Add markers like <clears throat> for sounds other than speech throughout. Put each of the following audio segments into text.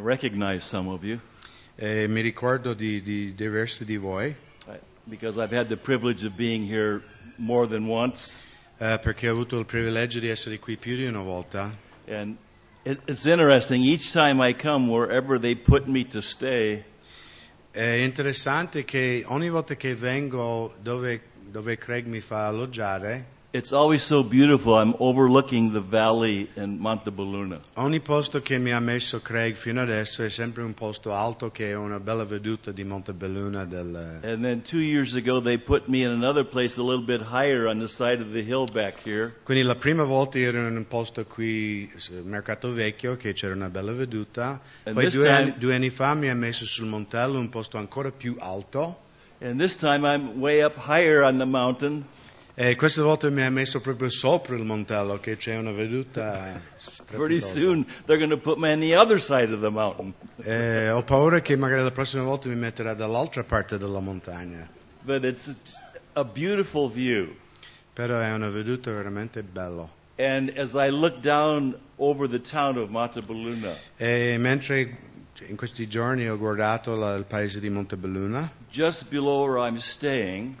recognize some of you Eh, mi ricordo di, di diversi di voi I- because I've had the privilege of being here more than once. eh, perché ho avuto il privilegio di essere qui più di una volta And it, it's interesting, each time I come, wherever they put me to stay, È interessante che ogni volta che vengo dove, dove Craig mi fa alloggiare, it's always so beautiful. I'm overlooking the valley in Montebelluna. ogni posto che mi ha messo Craig fino adesso è sempre un posto alto che è una bella veduta di Montebelluna. Del... And then two years ago, they put me in another place a little bit higher on the side of the hill back here. Quindi la prima volta ero in un posto qui, s- Mercato Vecchio, che c'era una bella veduta. And Poi this, due anni, time, due anni fa mi ha messo sul Montello, un posto ancora più alto. and this time, I'm way up higher on the mountain. E questa volta mi ha messo proprio sopra il Montello, che c'è una veduta <laughs> Pretty strepitosa. soon, they're going to put me on the other side of the mountain. Eh, ho paura che magari la prossima volta mi metterà dall'altra parte della montagna, But it's it's a beautiful view. però è una veduta veramente bella. And as I look down over the town of Montebelluna, E mentre in questi giorni ho guardato la- il paese di Montebelluna, just below where I'm staying,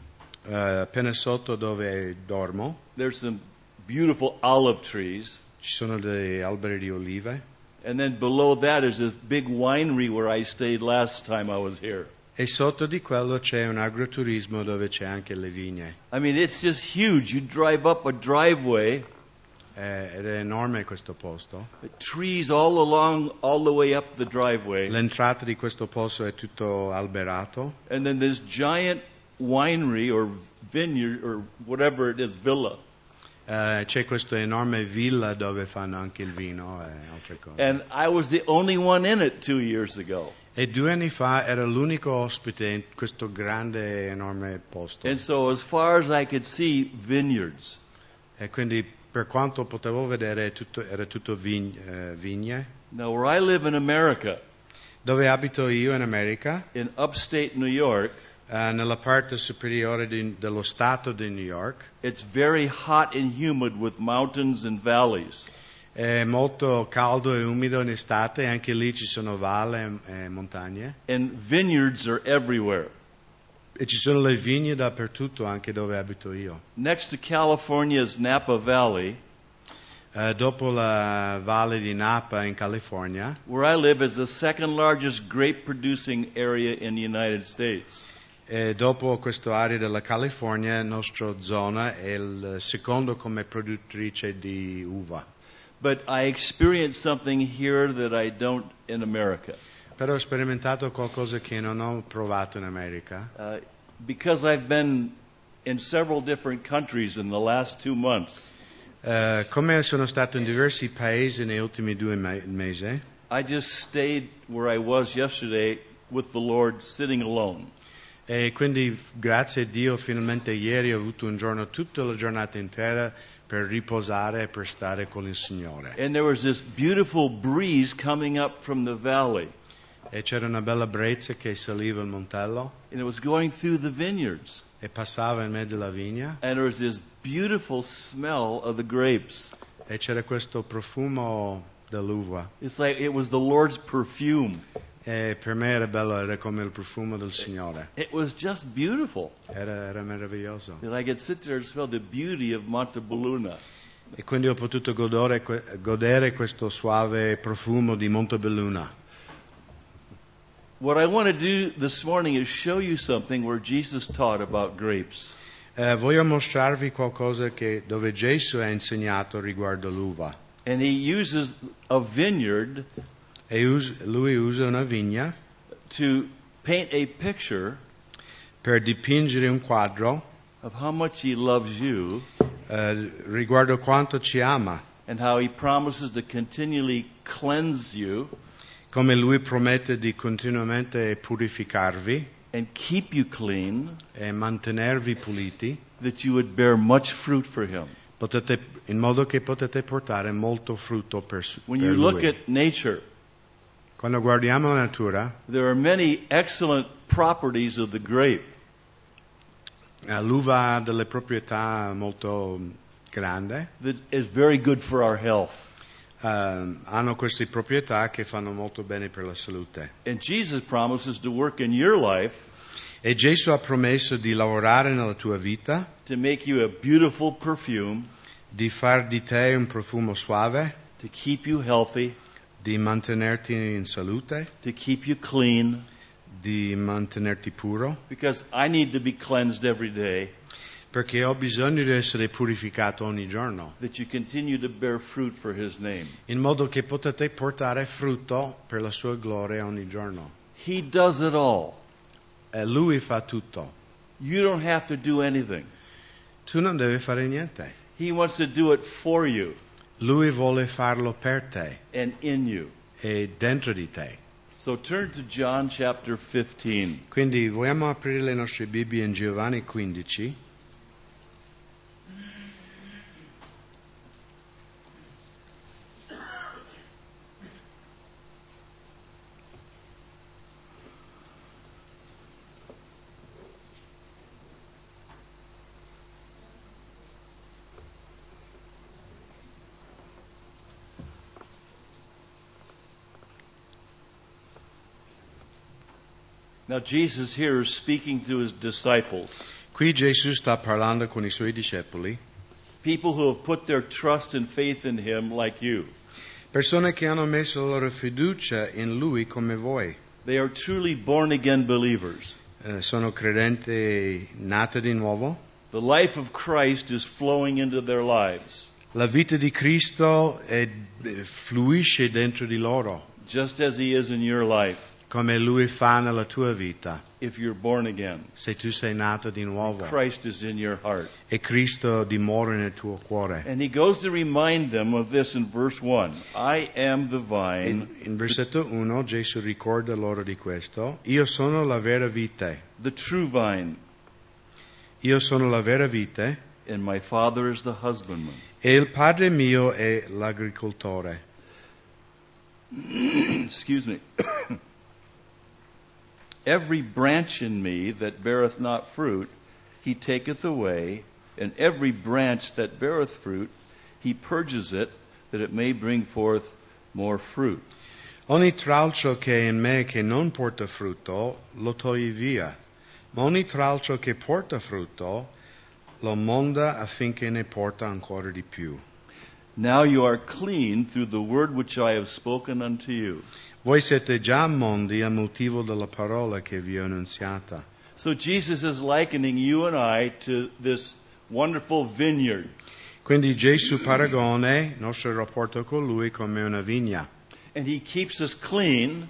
eh, appena sotto dove dormo there's some beautiful olive trees. ci sono degli alberi di olive And then below that is this big winery where I stayed last time I was here. e sotto di quello c'è un agroturismo dove c'è anche le vigne. I mean, it's just huge. You drive up a driveway, Eh, ed è enorme questo posto. trees all along, all the way up the driveway. L'entrata di questo posto è tutto alberato And then this giant winery or vineyard or whatever it is, villa. Eh, c'è questa enorme villa dove fanno anche il vino e altre cose. And I was the only one in it two years ago. E due anni fa era l'unico ospite in questo grande, enorme posto. And so, as far as I could see, vineyards. E quindi per quanto potevo vedere tutto- era tutto vig- eh, vigne. Now, where I live in America, Dove abito io in America, in upstate New York, eh, nella parte superiore di- dello stato di New York, it's very hot and humid with mountains and valleys. è molto caldo e umido in estate, e anche lì ci sono valle e, e montagne. And vineyards are everywhere. E ci sono le vigne dappertutto, anche dove abito io. Next to California is Napa Valley. Eh, dopo la valle di Napa in California, Where I live is the second largest grape producing area in the United States. E dopo questa area della California, la nostra zona è il secondo come produttrice di uva. But I experienced something here that I don't in America. Però ho sperimentato qualcosa che non ho provato in America. Uh, because I've been in several different countries in the last two months, Eh, come sono stato in diversi paesi negli ultimi due me- mesi, I just stayed where I was yesterday with the Lord sitting alone. e quindi f- grazie a Dio finalmente ieri ho avuto un giorno, tutta la giornata intera, per riposare e per stare con il Signore. And there was this beautiful breeze coming up from the valley, E c'era una bella brezza che saliva il montello and it was going through the vineyards. e passava in mezzo alla vigna. And there was this beautiful smell of the grapes. e c'era questo profumo dell'uva. It's like it was the Lord's perfume. E per me era bello, era come il profumo del Signore. It was just beautiful Era, era meraviglioso. that I could sit there and smell the beauty of Montebelluna. E quindi ho potuto godere, que- godere questo suave profumo di Montebelluna. What I want to do this morning is show you something where Jesus taught about grapes. Eh, voglio mostrarvi qualcosa che, dove Gesù ha insegnato riguardo l'uva. And he uses a vineyard E us- lui usa una vigna to paint a picture per dipingere un quadro of how much he loves you eh, riguardo quanto ci ama, and how he promises to continually cleanse you come lui promette di continuamente purificarvi and keep you clean e mantenervi puliti. that you would bear much fruit for him. potete, in modo che potete portare molto frutto per, su- When per you look lui. at nature, Quando guardiamo la natura, there are many excellent properties of the grape. eh, l'uva ha delle proprietà molto mm, grandi, that is very good for our health. eh, ehm, hanno queste proprietà che fanno molto bene per la salute. And Jesus promises to work in your life E Gesù ha promesso di lavorare nella tua vita, to make you a beautiful perfume, di far di te un profumo suave, to keep you healthy, di mantenerti in salute, to keep you clean, di mantenerti puro, because I need to be cleansed every day, perché ho bisogno di essere purificato ogni giorno, that you continue to bear fruit for His name. in modo che potete portare frutto per la sua gloria ogni giorno. He does it all. E lui fa tutto. You don't have to do anything. Tu non devi fare niente. He wants to do it for you Lui vuole farlo per te and in you. e dentro di te. So turn to John chapter 15. Quindi vogliamo aprire le nostre Bibbie in Giovanni 15. Now Jesus here is speaking to his disciples, Qui Gesù sta parlando con i suoi discepoli, people who have put their trust and faith in him like you. persone che hanno messo la loro fiducia in lui come voi. They are truly born again believers. Eh, sono credenti nate di nuovo. The life of Christ is flowing into their lives, La vita di Cristo è- eh, fluisce dentro di loro, just as he is in your life come lui fa nella tua vita, if you're born again. se tu sei nato di nuovo Christ is in your heart. e Cristo dimora nel tuo cuore. And he goes to remind them of this in verse 1 I am the vine, In, in versetto 1 Gesù ricorda loro di questo, io sono la vera vite, the true vine, io sono la vera vite and my Father is the husbandman. <clears throat> e il Padre mio è l'agricoltore. excuse me. <clears throat> every branch in me that beareth not fruit, he taketh away, and every branch that beareth fruit, he purges it, that it may bring forth more fruit. Ogni tralcio che è in me che non porta frutto lo togli via, ma ogni tralcio che porta frutto lo monda affinché ne porta ancora di più. Now you are clean through the word which I have spoken unto you. Voi siete già mondi a motivo della parola che vi ho annunziata. So Jesus is likening you and I to this wonderful vineyard. Quindi Gesù paragona il nostro rapporto con lui come una vigna. And he keeps us clean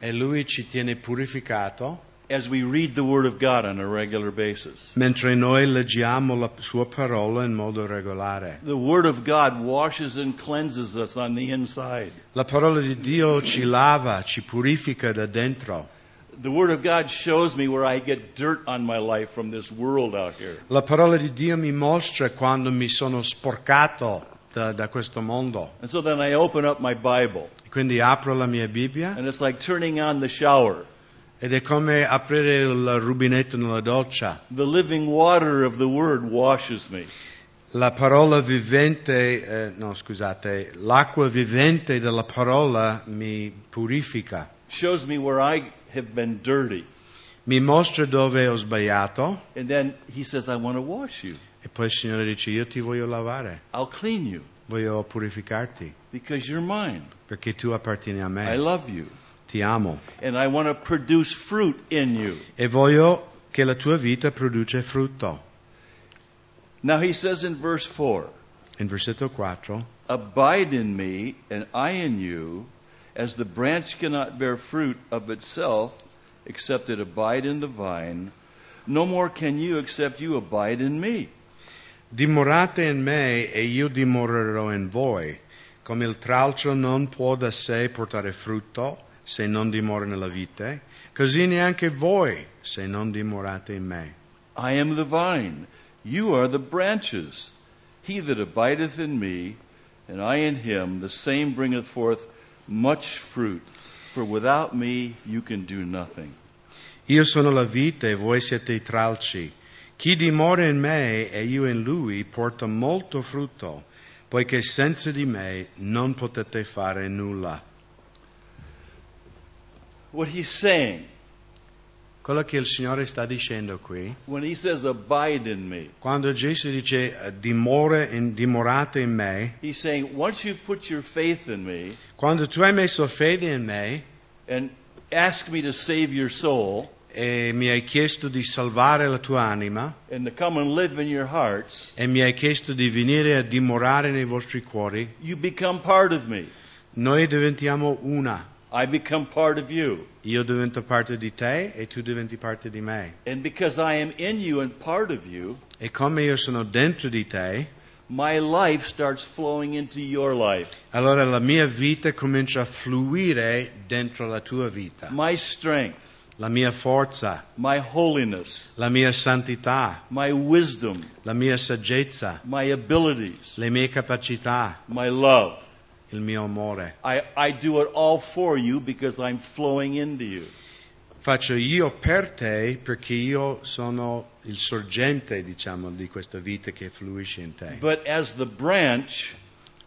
e lui ci tiene purificato as we read the word of God on a regular basis. mentre noi leggiamo la sua parola in modo regolare. The Word of God washes and cleanses us on the inside. La parola di Dio ci lava, ci purifica da dentro. The Word of God shows me where I get dirt on my life from this world out here. La parola di Dio mi mostra quando mi sono sporcato da, da questo mondo. And so then I open up my Bible, Quindi apro la mia Bibbia and it's like turning on the shower. ed è come aprire il rubinetto nella doccia. The living water of the Word washes me. La parola vivente, eh, no scusate, l'acqua vivente della parola mi purifica. Shows me where I have been dirty. Mi mostra dove ho sbagliato. And then He says, I want to wash you. E poi il Signore dice, io ti voglio lavare, I'll clean you voglio purificarti, because you're mine. perché tu appartieni a I me, love you. ti amo. And I want to produce fruit in you. E voglio che la tua vita produce frutto. Now He says in verse 4. In versetto 4, Abide in me, and I in you, as the branch cannot bear fruit of itself except it abide in the vine, no more can you except you abide in me. dimorate in me e io dimorerò in voi, come il tralcio non può da sé portare frutto se non dimora nella vite, così neanche voi se non dimorate in me. I am the vine, you are the branches. He that abideth in me, and I in him, the same bringeth forth much fruit. For without me you can do nothing. Io sono la vite e voi siete i tralci. Chi dimora in me e io in lui porta molto frutto, poiché senza di me non potete fare nulla. What he's saying Quello che il Signore sta dicendo qui, when he says, Abide in me, quando Gesù dice eh, dimore in- dimorate in me, he's saying, Once you've put your faith in me quando tu hai messo fede in me and asked me to save your soul e mi hai chiesto di salvare la tua anima and to come and live in your hearts, e mi hai chiesto di venire a dimorare nei vostri cuori, you become part of me. noi diventiamo una. I become part of you. Io divento parte di te e tu diventi parte di me. And because I am in you and part of you, E come io sono dentro di te, my life starts flowing into your life. allora la mia vita comincia a fluire dentro la tua vita. My strength, La mia forza, my holiness, la mia santità, my wisdom, la mia saggezza, my abilities, le mie capacità, my love. il mio amore. I, I do it all for you because I'm flowing into you. Faccio io per te perché io sono il sorgente, diciamo, di questa vita che fluisce in te. But as the branch,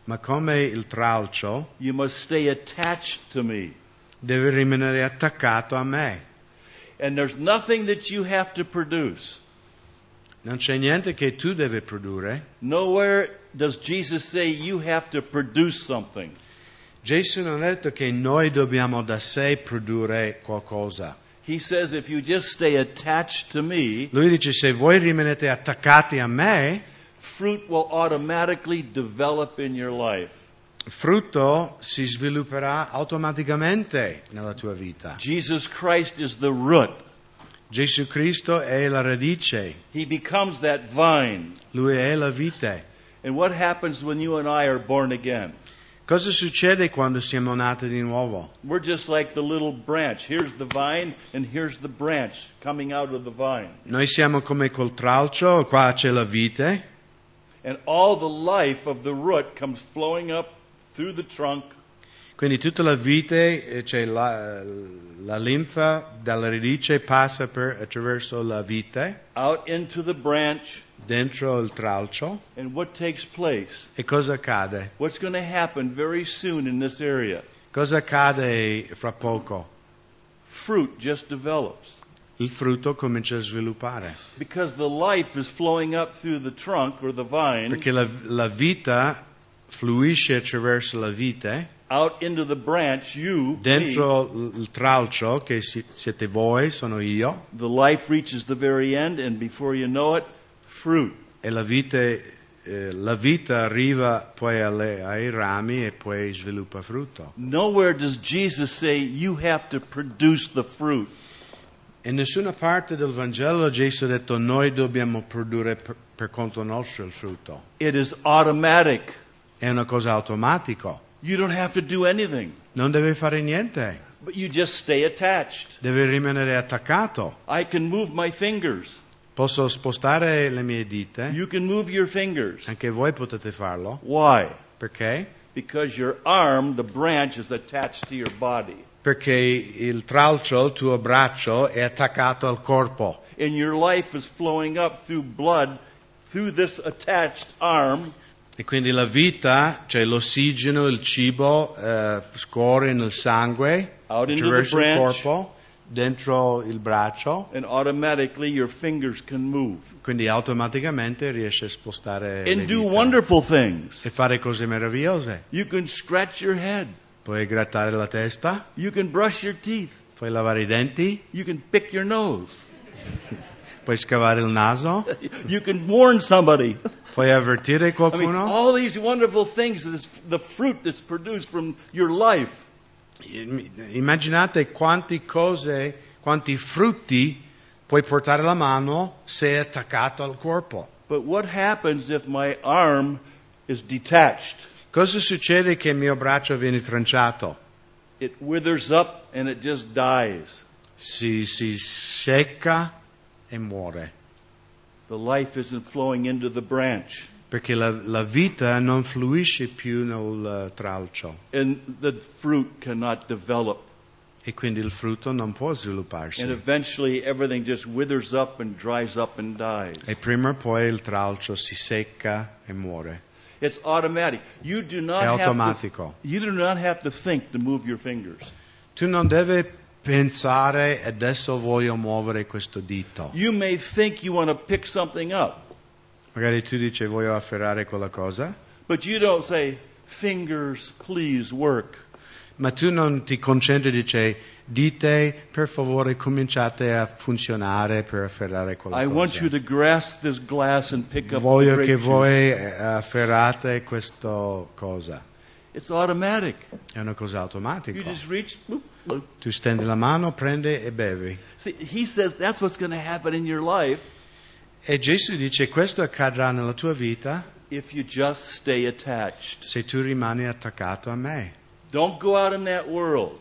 Ma come il tralcio you must stay attached to me. deve rimanere attaccato a me. And there's nothing that you have to produce. Non c'è niente che tu devi produrre. Nowhere does Jesus say you have to produce something. Gesù non ha detto che noi dobbiamo da sé produrre qualcosa. He says if you just stay attached to me, Lui dice se voi rimanete attaccati a me, fruit will automatically develop in your life. il frutto si svilupperà automaticamente nella tua vita. Jesus Christ is the root. Gesù Cristo è la radice, He becomes that vine. lui è la vite. And what happens when you and I are born again? Cosa succede quando siamo nati di nuovo? We're just like the little branch. Here's the vine, and here's the branch coming out of the vine. Noi siamo come col tralcio, qua c'è la vite And all the life of the root comes flowing up through the trunk, quindi tutta la vite, eh, c'è la, la linfa dalla radice passa per- attraverso la vite, out into the branch. dentro il tralcio. And what takes place? E cosa accade? What's going to happen very soon in this area? Cosa accade fra poco? Fruit just develops. Il frutto comincia a sviluppare, Because the life is flowing up through the trunk or the vine perché la, la vita fluisce attraverso la vite, out into the branch, you, me, dentro l- il tralcio che si- siete voi, sono io, the life reaches the very end, and before you know it, fruit. e la vita, eh, la vita arriva poi alle- ai rami e poi sviluppa frutto. Nowhere does Jesus say you have to produce the fruit. In nessuna parte del Vangelo Gesù ha detto noi dobbiamo produrre per, per conto nostro il frutto. It is automatic. È una cosa automatica. You don't have to do anything, Non deve fare niente, but you just stay attached. deve rimanere attaccato. I can move my fingers. Posso spostare le mie dita, You can move your fingers. anche voi potete farlo, Why? perché? Because your arm, the branch, is attached to your body. Perché il tralcio, il tuo braccio, è attaccato al corpo. And your life is flowing up through blood, through this attached arm, E quindi la vita, cioè l'ossigeno, il cibo, eh, scorre nel sangue, out into the attraverso il branch, corpo, dentro il braccio, and automatically your fingers can move quindi automaticamente riesce a spostare le and do dita wonderful things. e fare cose meravigliose. You can scratch your head. Puoi grattare la testa, You can brush your teeth. puoi lavare i denti, You can pick your nose. <laughs> puoi scavare il naso, You can warn somebody. puoi avvertire I mean, qualcuno. all these wonderful things, this, the fruit that's produced from your life. Immaginate quante cose, quanti frutti puoi portare alla mano se è attaccato al corpo. But what happens if my arm is detached? Cosa succede che il mio braccio viene tranciato? It withers up and it just dies. Si, si secca e muore, The life isn't flowing into the branch. perché la, la vita non fluisce più nel eh, tralcio And the fruit cannot develop. e quindi il frutto non può svilupparsi. And eventually everything just withers up and dries up and dies. E prima o poi il tralcio si secca e muore. It's automatic. You do not è have to, automatico. you do not have to think to move your fingers. Tu non devi pensare adesso voglio muovere questo dito. You may think you want to pick something up, Magari tu dici voglio afferrare quella cosa, but you don't say fingers please work. ma tu non ti concentri e dici dite per favore cominciate a funzionare per afferrare quella I cosa. want you to grasp this glass and pick up the voglio che grape juice. voi eh, afferrate questa cosa. It's automatic. È una cosa automatica. You just reach. boop, boop. Tu stendi la mano, prendi e bevi. See, he says that's what's going to happen in your life E Gesù dice questo accadrà nella tua vita if you just stay attached. se tu rimani attaccato a me. Don't go out in that world.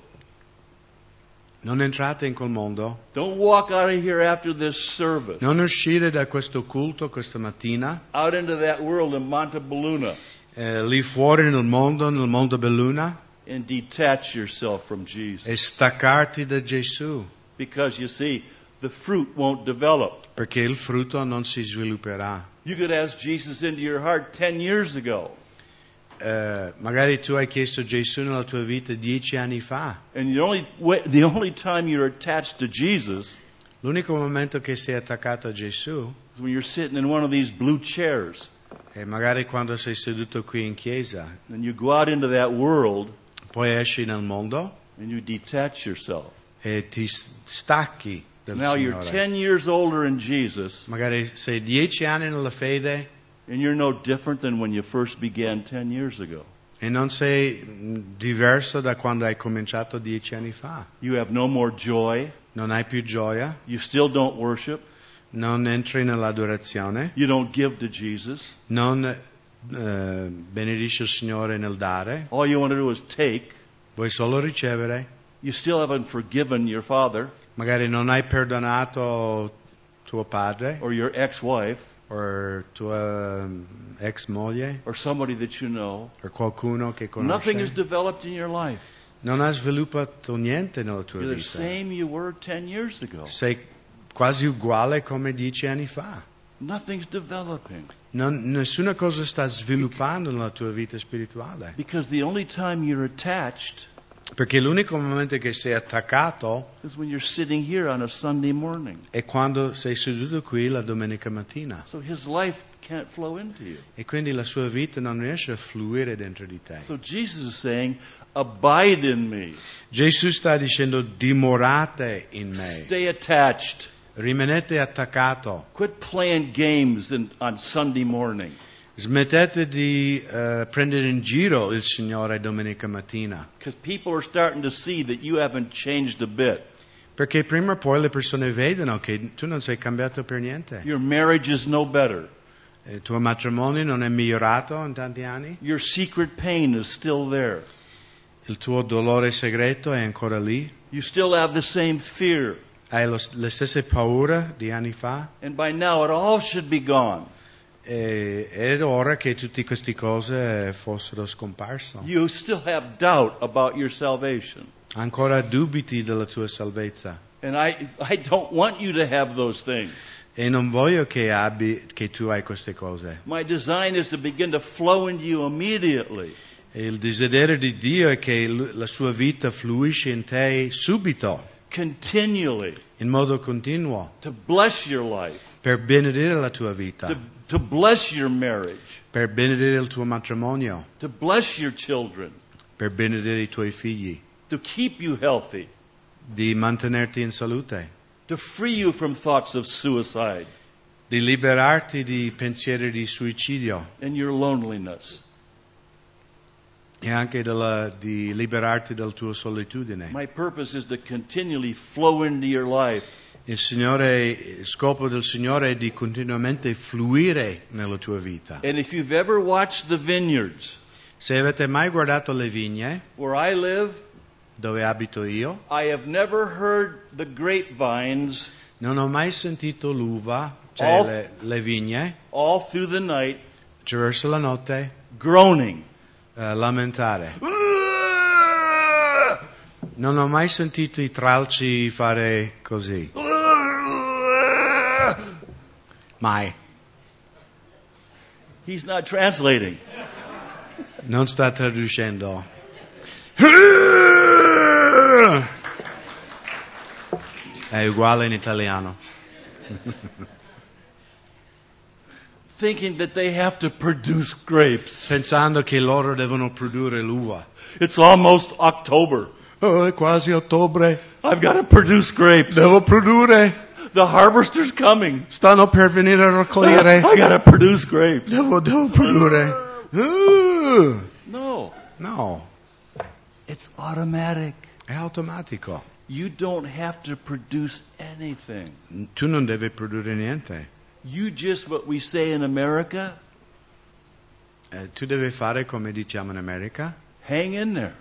Non entrate in quel mondo, Don't walk out of here after this service. non uscire da questo culto questa mattina, Out into that world in Montebelluna eh, lì fuori nel mondo, nel mondo belluna, and detach yourself from Jesus. e staccarti da Gesù, Because you see, the fruit won't develop. perché il frutto non si svilupperà. You could ask Jesus into your heart 10 years ago, Eh, magari tu hai chiesto Gesù nella tua vita dieci anni fa, and the only, way, the only time you're attached to Jesus l'unico momento che sei attaccato a Gesù is when you're sitting in one of these blue chairs è magari quando sei seduto qui in chiesa, and you go out into that world poi esci nel mondo and you detach yourself. e ti s- stacchi dal Now you're Signore. 10 years older in Jesus, Magari sei dieci anni nella fede and you're no different than when you first began 10 years ago. e non sei mh, diverso da quando hai cominciato dieci anni fa. You have no more joy. Non hai più gioia, You still don't worship. non entri nell'adorazione, You don't give to Jesus. non eh, benedici il Signore nel dare, All you want to do is take. vuoi solo ricevere. You still haven't forgiven your father Magari non hai perdonato tuo padre or your ex-wife o tua mm, ex moglie or somebody that you know. o qualcuno che Nothing is conosci. developed in your life. Non hai sviluppato niente nella tua You're the vita. same you were 10 years ago. Sei quasi uguale come dieci anni fa. Nothing's developing. Non- nessuna cosa sta sviluppando nella tua vita spirituale. Because the only time you're attached Perché l'unico momento che sei attaccato is when you're sitting here on a Sunday morning. è quando sei seduto qui la domenica mattina. So his life can't flow into you. E quindi la sua vita non riesce a fluire dentro di te. So Jesus is saying, Abide in me, Gesù sta dicendo dimorate in me. stay attached. Rimanete attaccato. Quit playing games in, on Sunday morning. Smettete di eh, prendere in giro il Signore domenica mattina. Because people are starting to see that you haven't changed a bit. Perché prima o poi le persone vedono che tu non sei cambiato per niente. Your marriage is no better. Il tuo matrimonio non è migliorato in tanti anni. Your secret pain is still there. Il tuo dolore segreto è ancora lì? You still have the same fear. Hai lo- le stesse paure di anni fa? And by now it all should be gone. E, ed ora che tutte queste cose fossero scomparse. You still have doubt about your salvation. Ancora dubiti della tua salvezza. And I, I don't want you to have those things. E non voglio che, abbi, che tu hai queste cose. My design is to begin to flow into you immediately. E il desiderio di Dio è che l- la sua vita fluisce in te subito, continually in modo continuo, to bless your life, per benedire la tua to, vita, to bless your marriage, per benedire il tuo matrimonio, to bless your children, per benedire i tuoi figli, to keep you healthy, di mantenerti in salute. to free you from thoughts of suicide di liberarti di pensieri di suicidio and your loneliness. e anche della- di liberarti dalla tua solitudine. My purpose is to continually flow into your life Il, Signore, il scopo del Signore è di continuamente fluire nella tua vita. And if you've ever watched the vineyards Se avete mai guardato le vigne where I live, dove abito io, I have never heard the grapevines non ho mai sentito l'uva, cioè Oh. le, le vigne, all through the night attraverso la notte, groaning. eh, lamentare. Non ho mai sentito i tralci fare così, mai. He's not translating. Non sta traducendo. È uguale in italiano. Thinking that they have to produce grapes. Pensando che loro devono produrre l'uva. It's almost October. Oh, è quasi ottobre. I've got to produce grapes. Devo produrre. The harvester's coming. Stanno per venire a <laughs> raccogliere. I got to produce grapes. Devo, devo produrre. Uh, No, No, it's automatic. è automatico. You don't have to produce anything. Tu non devi produrre niente. You just what we say in America, Eh, tu devi fare come diciamo in America. hang in there.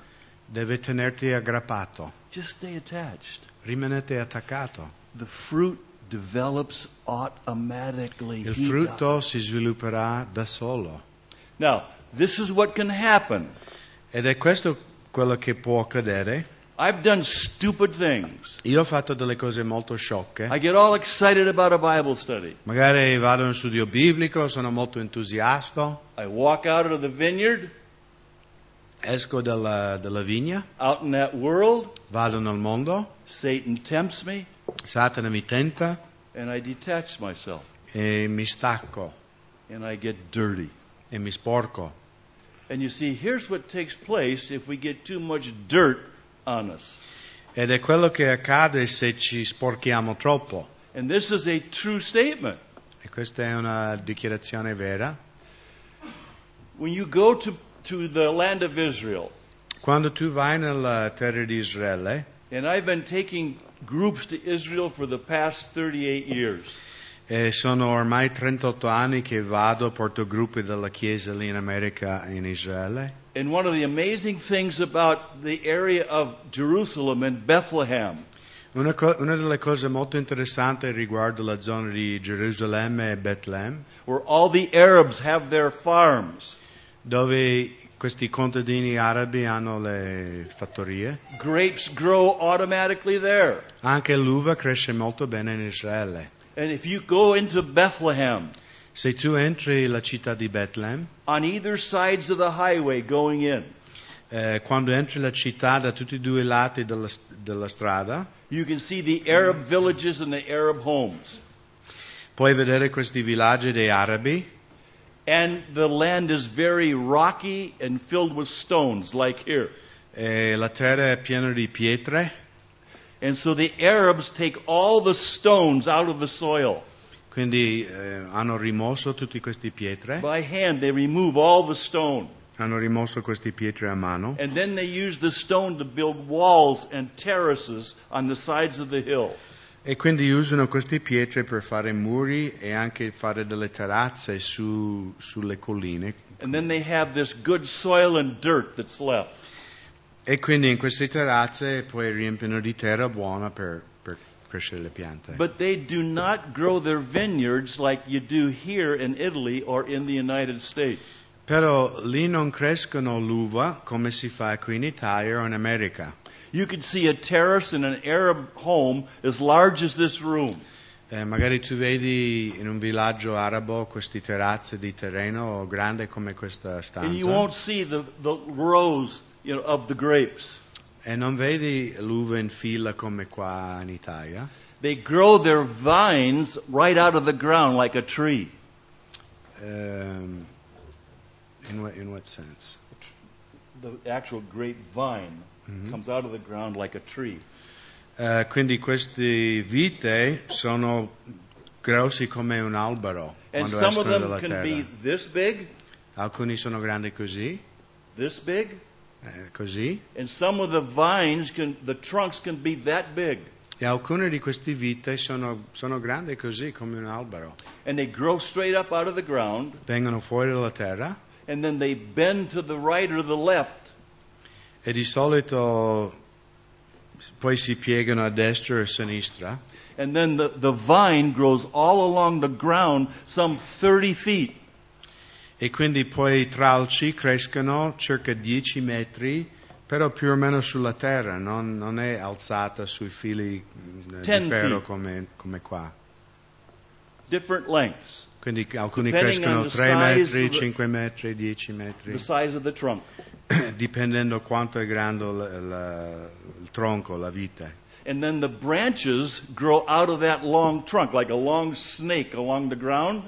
Devi tenerti aggrappato. Just stay attached. Rimanete attaccato. The fruit develops automatically. Il He frutto does. si svilupperà da solo. Now, this is what can happen. Ed è questo quello che può accadere. I've done stupid things. Io ho fatto delle cose molto sciocche. I get all excited about a Bible study. Magari vado in uno studio biblico, sono molto entusiasta, I walk out of the vineyard, esco dalla, dalla vigna, out in that world. vado nel mondo, Satan tempts me, Satana mi tenta and I detach myself, e mi stacco and I get dirty. e mi sporco. And you see, here's what takes place if we get too much dirt on us. Ed è quello che accade se ci sporchiamo troppo. And this is a true statement. E questa è una dichiarazione vera. When you go to, to the land of Israel, Quando tu vai nella terra di Israele, and I've been taking groups to Israel for the past 38 years, e sono ormai 38 anni che vado, porto gruppi della Chiesa lì in America e in Israele, and one of the amazing things about the area of Jerusalem and Bethlehem Una, co- una delle cose molto interessanti riguardo la zona di Gerusalemme e Betlemme, where all the Arabs have their farms, dove questi contadini arabi hanno le fattorie, grapes grow automatically there. anche l'uva cresce molto bene in Israele. And if you go into Bethlehem, Se tu entri la città di Betlemme, on either sides of the highway going in, eh, quando entri la città da tutti e due i lati della, s- della strada, you can see the Arab villages and the Arab homes. puoi vedere questi villaggi dei arabi And the land is very rocky and filled with stones, like here. e la terra è piena di pietre, And so the Arabs take all the stones out of the soil. quindi eh, hanno rimosso tutte queste pietre, By hand, they remove all the stone. hanno rimosso queste pietre a mano. And then they use the stone to build walls and terraces on the sides of the hill. E quindi usano queste pietre per fare muri e anche fare delle terrazze su, sulle colline. And then they have this good soil and dirt that's left. E quindi in queste terrazze poi riempiono di terra buona per, per crescere le piante. But they do not grow their vineyards like you do here in Italy or in the United States. Però lì non crescono l'uva come si fa qui in Italia o in America. You can see a terrace in an Arab home as large as this room. Eh, magari tu vedi in un villaggio arabo queste terrazze di terreno grande come questa And you stanza won't see the, the rows you know, of the grapes. e non vedi l'uva in fila come qua in Italia. They grow their vines right out of the ground like a tree. Um, in, what, in what sense? The actual grape vine comes out of the ground like a tree. Eh, quindi queste vite sono grossi come un albero And quando some of escono them dalla can terra. be this big, Alcuni sono grandi così, this big, eh, così, and some of the vines can, the trunks can be that big. e alcune di queste vite sono, sono grandi così come un albero. and they grow straight up out of the ground, Vengono fuori dalla terra and then they bend to the right or the left. e di solito poi si piegano a destra e a sinistra And then the, the vine grows all along the ground, some 30 feet. e quindi poi i tralci crescono circa 10 metri, però più o meno sulla terra, non, non è alzata sui fili eh, di Ten ferro feet. come, come qua. different lengths, Quindi alcuni Depending crescono on the 3 size metri, of the- 5 metri, 10 metri, the size of the trunk. <coughs> dipendendo quanto è grande il, la- il tronco, la vite. And then the branches grow out of that long trunk, like a long snake along the ground,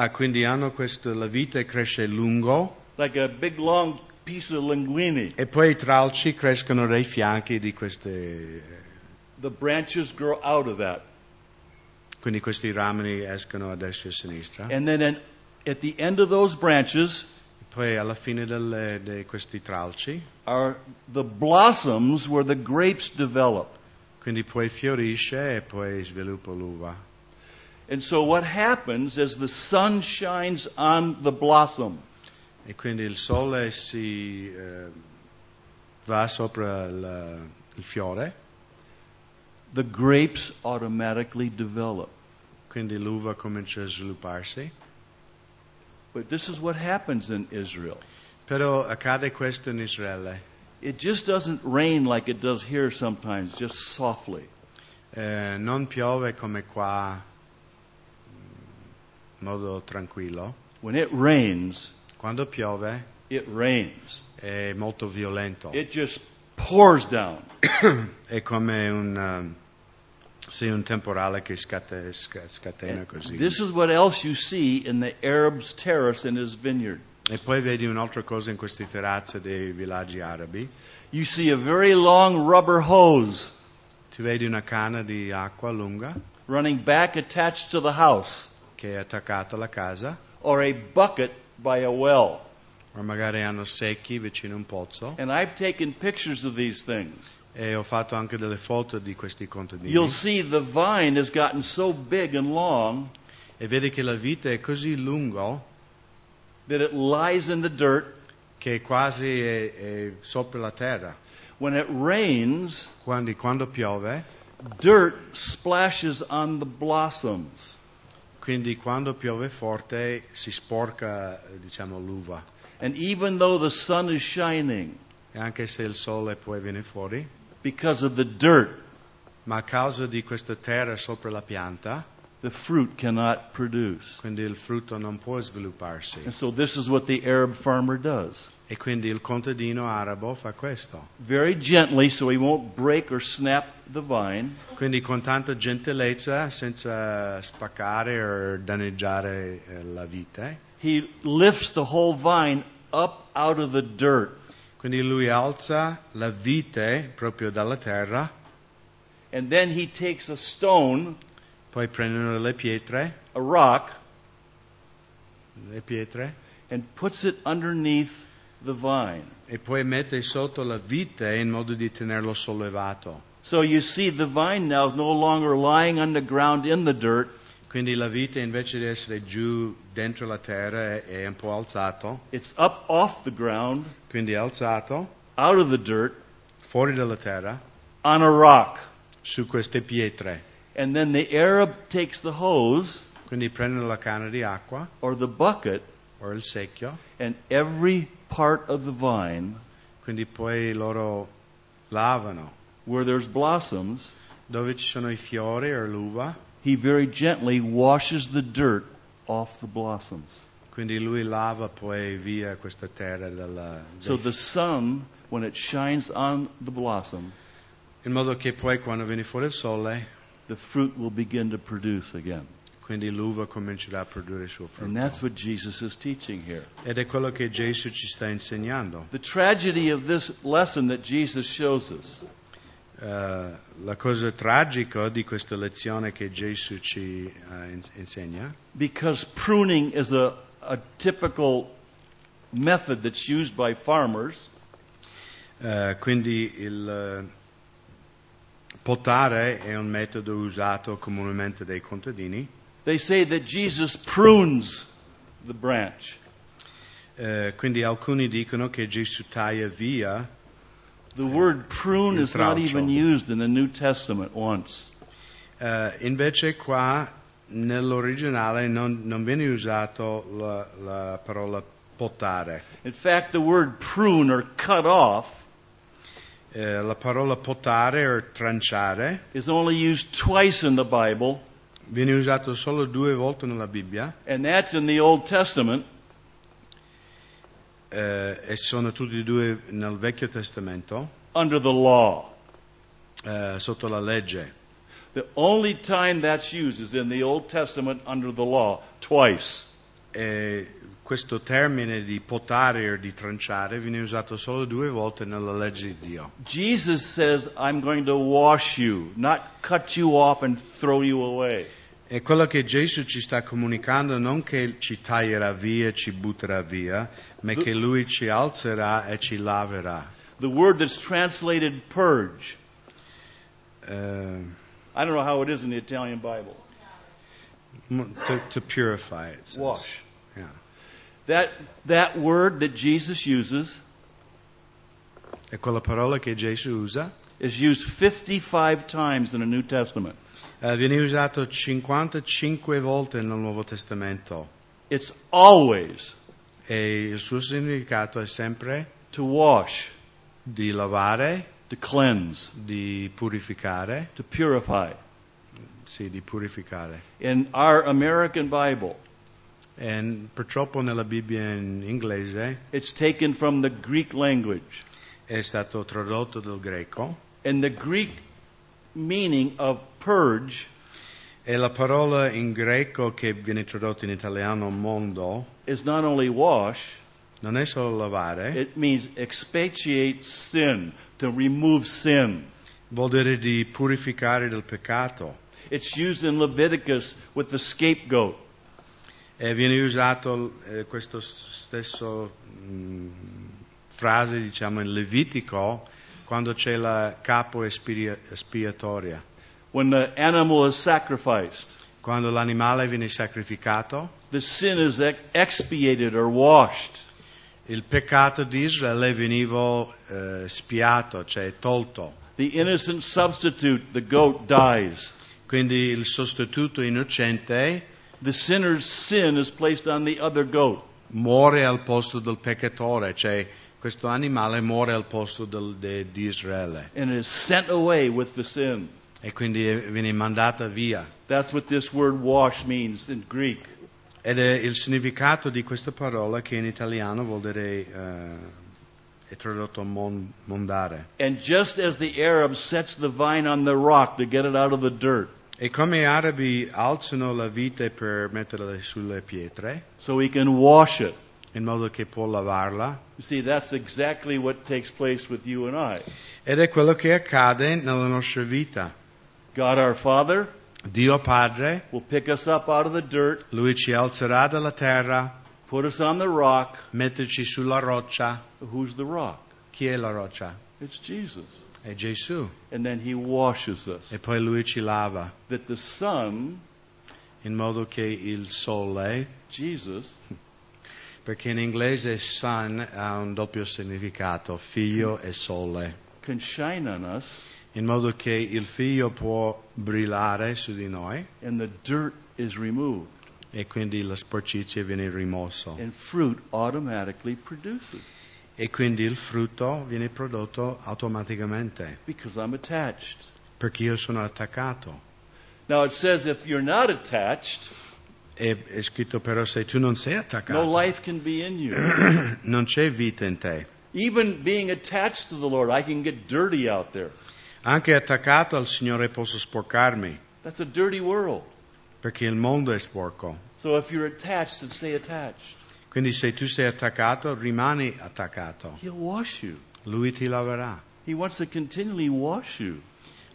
Ah, quindi hanno questo, la vite cresce lungo like a big long piece of linguine. e poi i tralci crescono dai fianchi di queste... The branches grow out of that. Quindi questi rami escono a destra e a sinistra. And then an- at the end of those branches Poi alla fine del- di questi tralci, are the blossoms where the grapes develop. quindi poi fiorisce e poi sviluppa l'uva. And so what happens as the sun shines on the blossom, E quindi il sole si eh, va sopra il, il fiore, the grapes automatically develop. quindi l'uva comincia a svilupparsi. But this is what happens in Israel. Però accade questo in Israele. It just doesn't rain like it does here sometimes, just softly. Eh, non piove come qua in modo tranquillo. When it rains, Quando piove it rains. è molto violento. It just pours down. È come un, ehm, sì, un temporale che scatte- sca- Eh, scatena così. This is what else you see in the Arab's terrace in his vineyard. E poi vedi un'altra cosa in queste terrazze dei villaggi arabi. You see a very long rubber hose Tu vedi una canna di acqua lunga running back attached to the house, che è attaccata alla casa, or a bucket by a well. o magari hanno secchi vicino a un pozzo. And I've taken pictures of these things. E ho fatto anche delle foto di questi contadini. You'll see the vine has gotten so big and long E vedi che la vite è così lunga that it lies in the dirt. che quasi è, è sopra la terra. When it rains, Quindi quando piove, dirt splashes on the blossoms. quindi quando piove forte si sporca eh, diciamo, l'uva. And even though the sun is shining, E anche se il sole poi viene fuori, because of the dirt, ma a causa di questa terra sopra la pianta, the fruit cannot produce. quindi il frutto non può svilupparsi. And so this is what the Arab farmer does. E quindi il contadino arabo fa questo. Very gently, so he won't break or snap the vine, Quindi con tanta gentilezza, senza spaccare o danneggiare eh, la vite. he lifts the whole vine up out of the dirt. Quindi lui alza la vite proprio dalla terra, And then he takes a stone, poi prendono le pietre, a rock, le pietre and puts it underneath the vine. e poi mette sotto la vite in modo di tenerlo sollevato. So you see, the vine now is no longer lying on the ground in the dirt. Quindi la vite invece di essere giù dentro la terra è- è un po' alzato, It's up off the ground, quindi è alzato out of the dirt, fuori dalla terra on a rock. su queste pietre. And then the Arab takes the hose Quindi prendono la canna di acqua or the bucket, o il secchio and every part of the vine Quindi poi loro lavano. where there's blossoms, Dove ci sono i fiori o l'uva, he very gently washes the dirt off the blossoms. quindi lui lava poi via questa terra dalla, So dai- the sun, when it shines on the blossom, in modo che poi quando viene fuori il sole, the fruit will begin to produce again. quindi l'uva comincerà a produrre il suo And that's frutto. what Jesus is teaching here. Ed è quello che Gesù ci sta insegnando. The tragedy of this lesson that Jesus shows us Eh, la cosa tragica di questa lezione che Gesù ci eh, ins- insegna, because pruning is a, a typical method that's used by farmers. eh, quindi il eh, potare è un metodo usato comunemente dai contadini. They say that Jesus prunes the branch. Eh, quindi alcuni dicono che Gesù taglia via, The word prune is not even used in the New Testament once. eh, invece qua nell'originale non, non viene usato la, la parola potare. In fact, the word prune or cut off Eh, la parola potare o tranciare is only used twice in the Bible viene usato solo due volte nella Bibbia and that's in the Old Testament. eh, e sono tutti e due nel Vecchio Testamento, under the law. eh, sotto la legge. The only time that's used is in the Old Testament under the law, twice. E questo termine di potare o di tranciare viene usato solo due volte nella legge di Dio. Jesus says, I'm going to wash you, not cut you off and throw you away. E quello che Gesù ci sta comunicando non che ci taglierà via, ci butterà via, ma che Lui ci alzerà e ci laverà. The word that's translated purge. Eh, I don't know how it is in the Italian Bible. m- to, to purify it. says. Wash. Yeah. That, that word that Jesus uses E quella parola che Gesù usa is used 55 times in the New Testament. eh, viene usata 55 volte nel Nuovo Testamento It's always e il suo significato è sempre to wash, di lavare, to cleanse, di purificare, to purify. sì, di purificare. In our American Bible, E purtroppo nella Bibbia in inglese It's taken from the Greek language. è stato tradotto dal greco And the Greek meaning of purge e la parola in greco che viene tradotta in italiano mondo is not only wash, non è solo lavare, it means expatiate sin, to remove sin. vuol dire di purificare dal peccato. It's used in Leviticus with the scapegoat. E Eh, viene usato eh, questo stesso mh, frase, diciamo, in Levitico, quando c'è la capo espia- espiatoria. When the animal is sacrificed, Quando l'animale viene sacrificato, the sin is ex- expiated or washed. il peccato di Israele veniva eh, spiato, cioè tolto. The innocent substitute, the goat, dies. Quindi il sostituto innocente The sinner's sin is placed on the other goat. muore al posto del peccatore, cioè questo animale muore al posto del- de- di Israele And it is sent away with the sin. e quindi eh, viene mandata via. That's what this word wash means in Greek. Ed è il significato di questa parola che in italiano vuol dire, eh, è tradotto mon- mondare. And just as the Arab sets the vine on the rock to get it out of the dirt E come gli arabi alzano la vite per metterla sulle pietre, so he can wash it. in modo che può lavarla, You see, that's exactly what takes place with you and I. ed è quello che accade nella nostra vita. God our Father Dio Padre, will pick us up out of the dirt, Lui ci alzerà dalla terra, put us on the rock. metterci sulla roccia. Who's the rock? Chi è la roccia? It's Jesus. È Gesù. And then he washes us. E poi Lui ci lava, That the sun, in modo che il sole Jesus, Perché in inglese sun ha un doppio significato, figlio e sole, can shine on us in modo che il figlio può brillare su di noi and the dirt is removed. e quindi la sporcizia viene rimosso And fruit automatically produces e quindi il frutto viene prodotto automaticamente because I'm attached. perché io sono attaccato. Now it says if you're not attached, E, è scritto però se tu non sei no attaccato life can be in you. non c'è vita in te. Even being attached to the Lord, I can get dirty out there. Anche attaccato al Signore posso sporcarmi That's a dirty world. perché il mondo è sporco. So if you're attached, then stay attached. Quindi se tu sei attaccato rimani attaccato. He'll wash you. Lui ti laverà. He wants to continually wash you,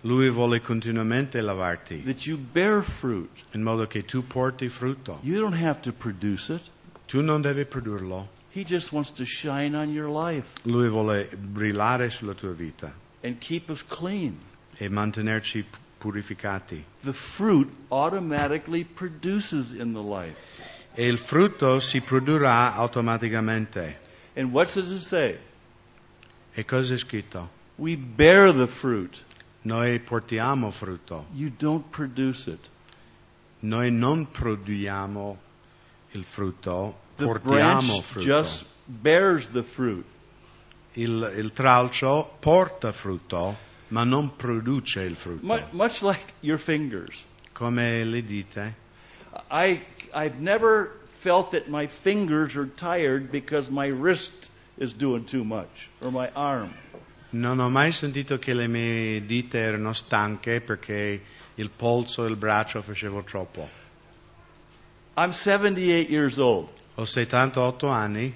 Lui vuole continuamente lavarti that you bear fruit. in modo che tu porti frutto. You don't have to produce it. Tu non devi produrlo. He just wants to shine on your life Lui vuole brillare sulla tua vita and keep us clean. e mantenerci pu- purificati. The fruit automatically produces in the life. E il frutto si produrrà automaticamente. And what does it say? E cosa è scritto? We bear the fruit. Noi portiamo frutto. You don't produce it. Noi non produiamo il frutto, The portiamo branch frutto. just bears the fruit. Il, il tralcio porta frutto, ma non produce il frutto. Mu- much like your fingers. come le dita. I, I've never felt that my fingers are tired because my wrist is doing too much or my arm. Non ho mai sentito che le mie dita erano stanche perché il polso e il braccio facevo troppo. I'm 78 years old. Ho 78 anni,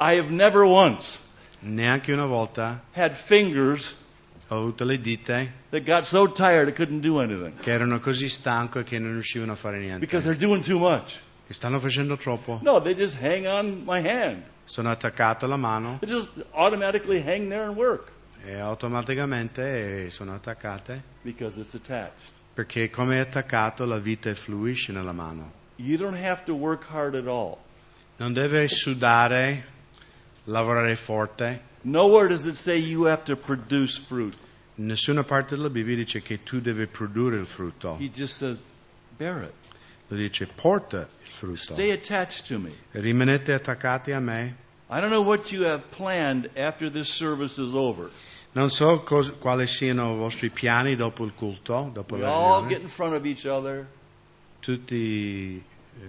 I have never once neanche una volta had fingers ho avuto le dita that got so tired I couldn't do anything che erano così stanco che non riuscivano a fare niente. because they're doing too much. Che stanno facendo troppo. No, they just hang on my hand. Sono attaccato alla mano They just automatically hang there and work e automaticamente eh, sono attaccate because it's attached. perché come è attaccato la vita fluisce nella mano. You don't have to work hard at all. Non deve sudare, lavorare forte. Nowhere does it say you have to produce fruit. In nessuna parte della Bibbia dice che tu devi produrre il frutto. He just says, bear it. Lo dice porta il frutto. Stay attached to me. Rimanete attaccati a me. I don't know what you have planned after this service is over. Non so cos- quali siano i vostri piani dopo il culto, dopo We la all riunione. get in front of each other. Tutti eh,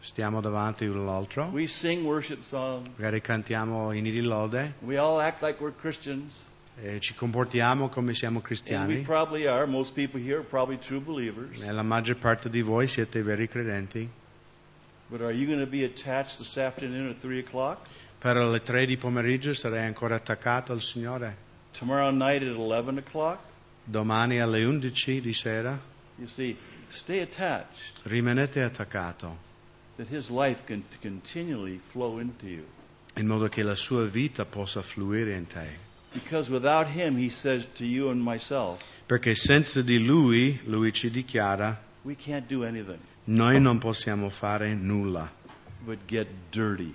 stiamo davanti l'un all'altro. We sing worship songs. Magari cantiamo inni di lode We all act like we're Christians. e ci comportiamo come siamo And we cristiani. probably are. Most people here are probably true believers. E la maggior parte di voi siete veri credenti. But are you going to be attached this afternoon at 3 o'clock? Però alle tre di pomeriggio sarei ancora attaccato al Signore. Tomorrow night at 11 o'clock? Domani alle 11 di sera You see, stay attached rimanete attaccato that His life can continually flow into you. in modo che la sua vita possa fluire in te. Because without Him, He says to you and myself, Perché senza di lui, lui ci dichiara, we can't do anything noi non possiamo fare nulla. but get dirty.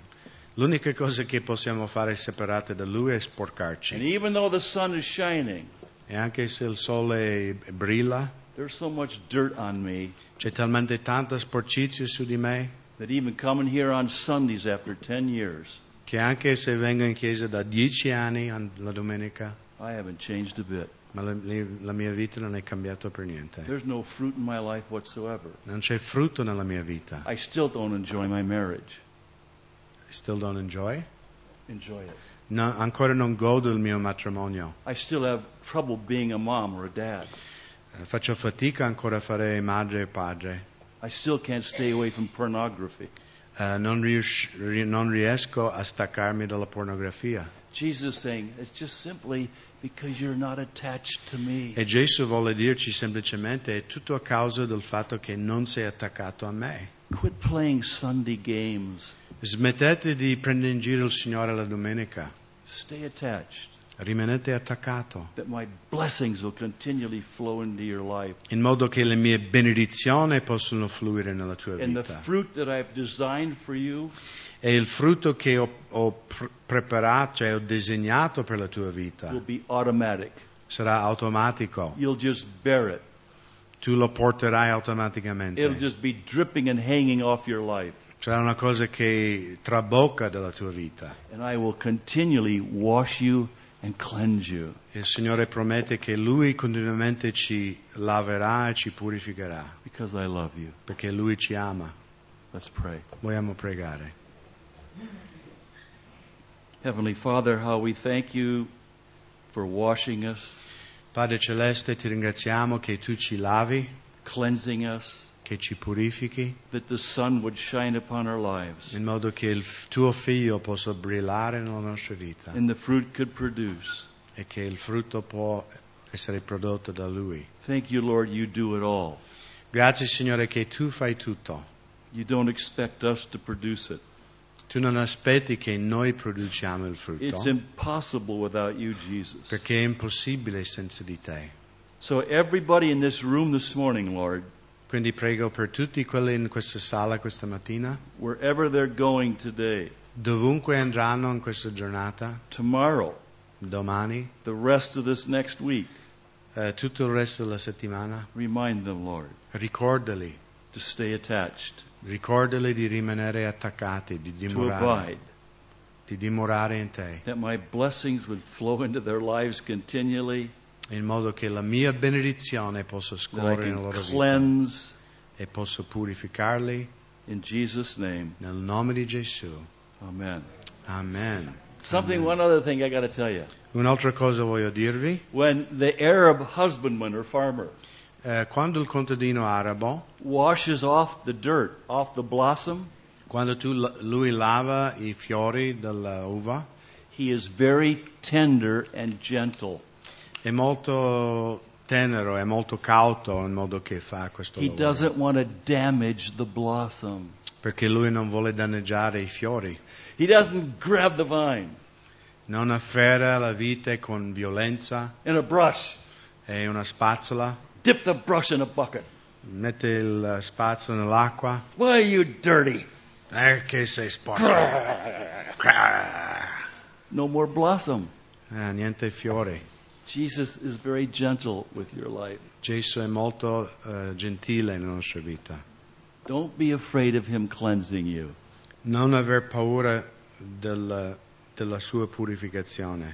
L'unica cosa che possiamo fare separate da lui è And sporcarci. even though the sun is shining, E anche se il sole brilla, there's so much dirt on me c'è talmente tanta sporcizia su di me that even coming here on Sundays after 10 years, che anche se vengo in chiesa da dieci anni an- la domenica, I haven't changed a bit. ma la, la mia vita non è cambiata per niente. There's no fruit in my life whatsoever. Non c'è frutto nella mia vita. I still don't enjoy my marriage. Still don't enjoy? Enjoy it. No, ancora non godo il mio matrimonio. I still have trouble being a mom or a dad. Eh, Faccio fatica ancora a fare madre e padre. I still can't stay away from pornography. Eh, non, rius- ri- non riesco a staccarmi dalla pornografia. Jesus is saying, it's just simply because you're not attached to me. E Gesù vuole dirci semplicemente è tutto a causa del fatto che non sei attaccato a me. Quit playing Sunday games. Smettete di prendere in giro il Signore la domenica. Stay attached Rimanete attaccato that my blessings will continually flow into your life. in modo che le mie benedizioni possono fluire nella tua And the vita. fruit that I've designed for you E il frutto che ho, ho pr- preparato, cioè ho disegnato per la tua will vita, be automatic. sarà automatico. You'll just bear it. Tu lo porterai It'll automaticamente. just be dripping and hanging off your life. Sarà una cosa che trabocca dalla tua vita. And I will continually wash you and cleanse you. Il Signore promette che Lui continuamente ci laverà e ci purificherà, Because I love you. perché Lui ci ama. Let's pray. Vogliamo pregare. Heavenly Father, how we thank you for washing us, Padre Celeste, ti ringraziamo che Tu ci lavi, cleansing us, che ci purifichi, that the sun would shine upon our lives in modo che il f- Tuo Figlio possa brillare nella nostra vita and the fruit could produce. e che il frutto può essere prodotto da Lui. Thank you, Lord, you do it all. Grazie Signore che Tu fai tutto. You don't expect us to produce it. Tu non aspetti che noi produciamo il It's frutto, impossible without you, Jesus. perché è impossibile senza di Te. So, everybody in this room this morning, Lord, Quindi prego per tutti quelli in questa sala questa mattina, wherever they're going today, dovunque andranno in questa giornata, tomorrow, domani, the rest of this next week, eh, tutto il resto della settimana, remind them, Lord, ricordali, to stay attached, ricordali di rimanere attaccati, di to dimorare, abide, di dimorare in te, that my blessings would flow into their lives continually, in modo che la mia benedizione possa that I scorrere nella can loro vita cleanse e possa purificarli in Jesus' name. nel nome di Gesù. Amen. Amen. Something, Amen. one other thing I got to tell you. Un'altra cosa voglio dirvi, When the Arab husbandman or farmer eh, quando il contadino arabo, washes off the dirt off the blossom, quando tu, la- lui lava i fiori dell'uva, he is very tender and gentle. è molto tenero, è molto cauto in modo che fa questo He lavoro, doesn't want to damage the blossom. perché lui non vuole danneggiare i fiori, He doesn't grab the vine non afferra la vite con violenza and a brush, e una spazzola, dip the brush in a bucket. mette il spazzolo nell'acqua Why are you dirty? Eh, che sei sporco. Ah, No more blossom. Eh, niente fiori. Jesus is very gentle with your life. Gesù è molto eh, gentile nella nostra vita. Don't be afraid of him cleansing you. Non aver paura del- della sua purificazione.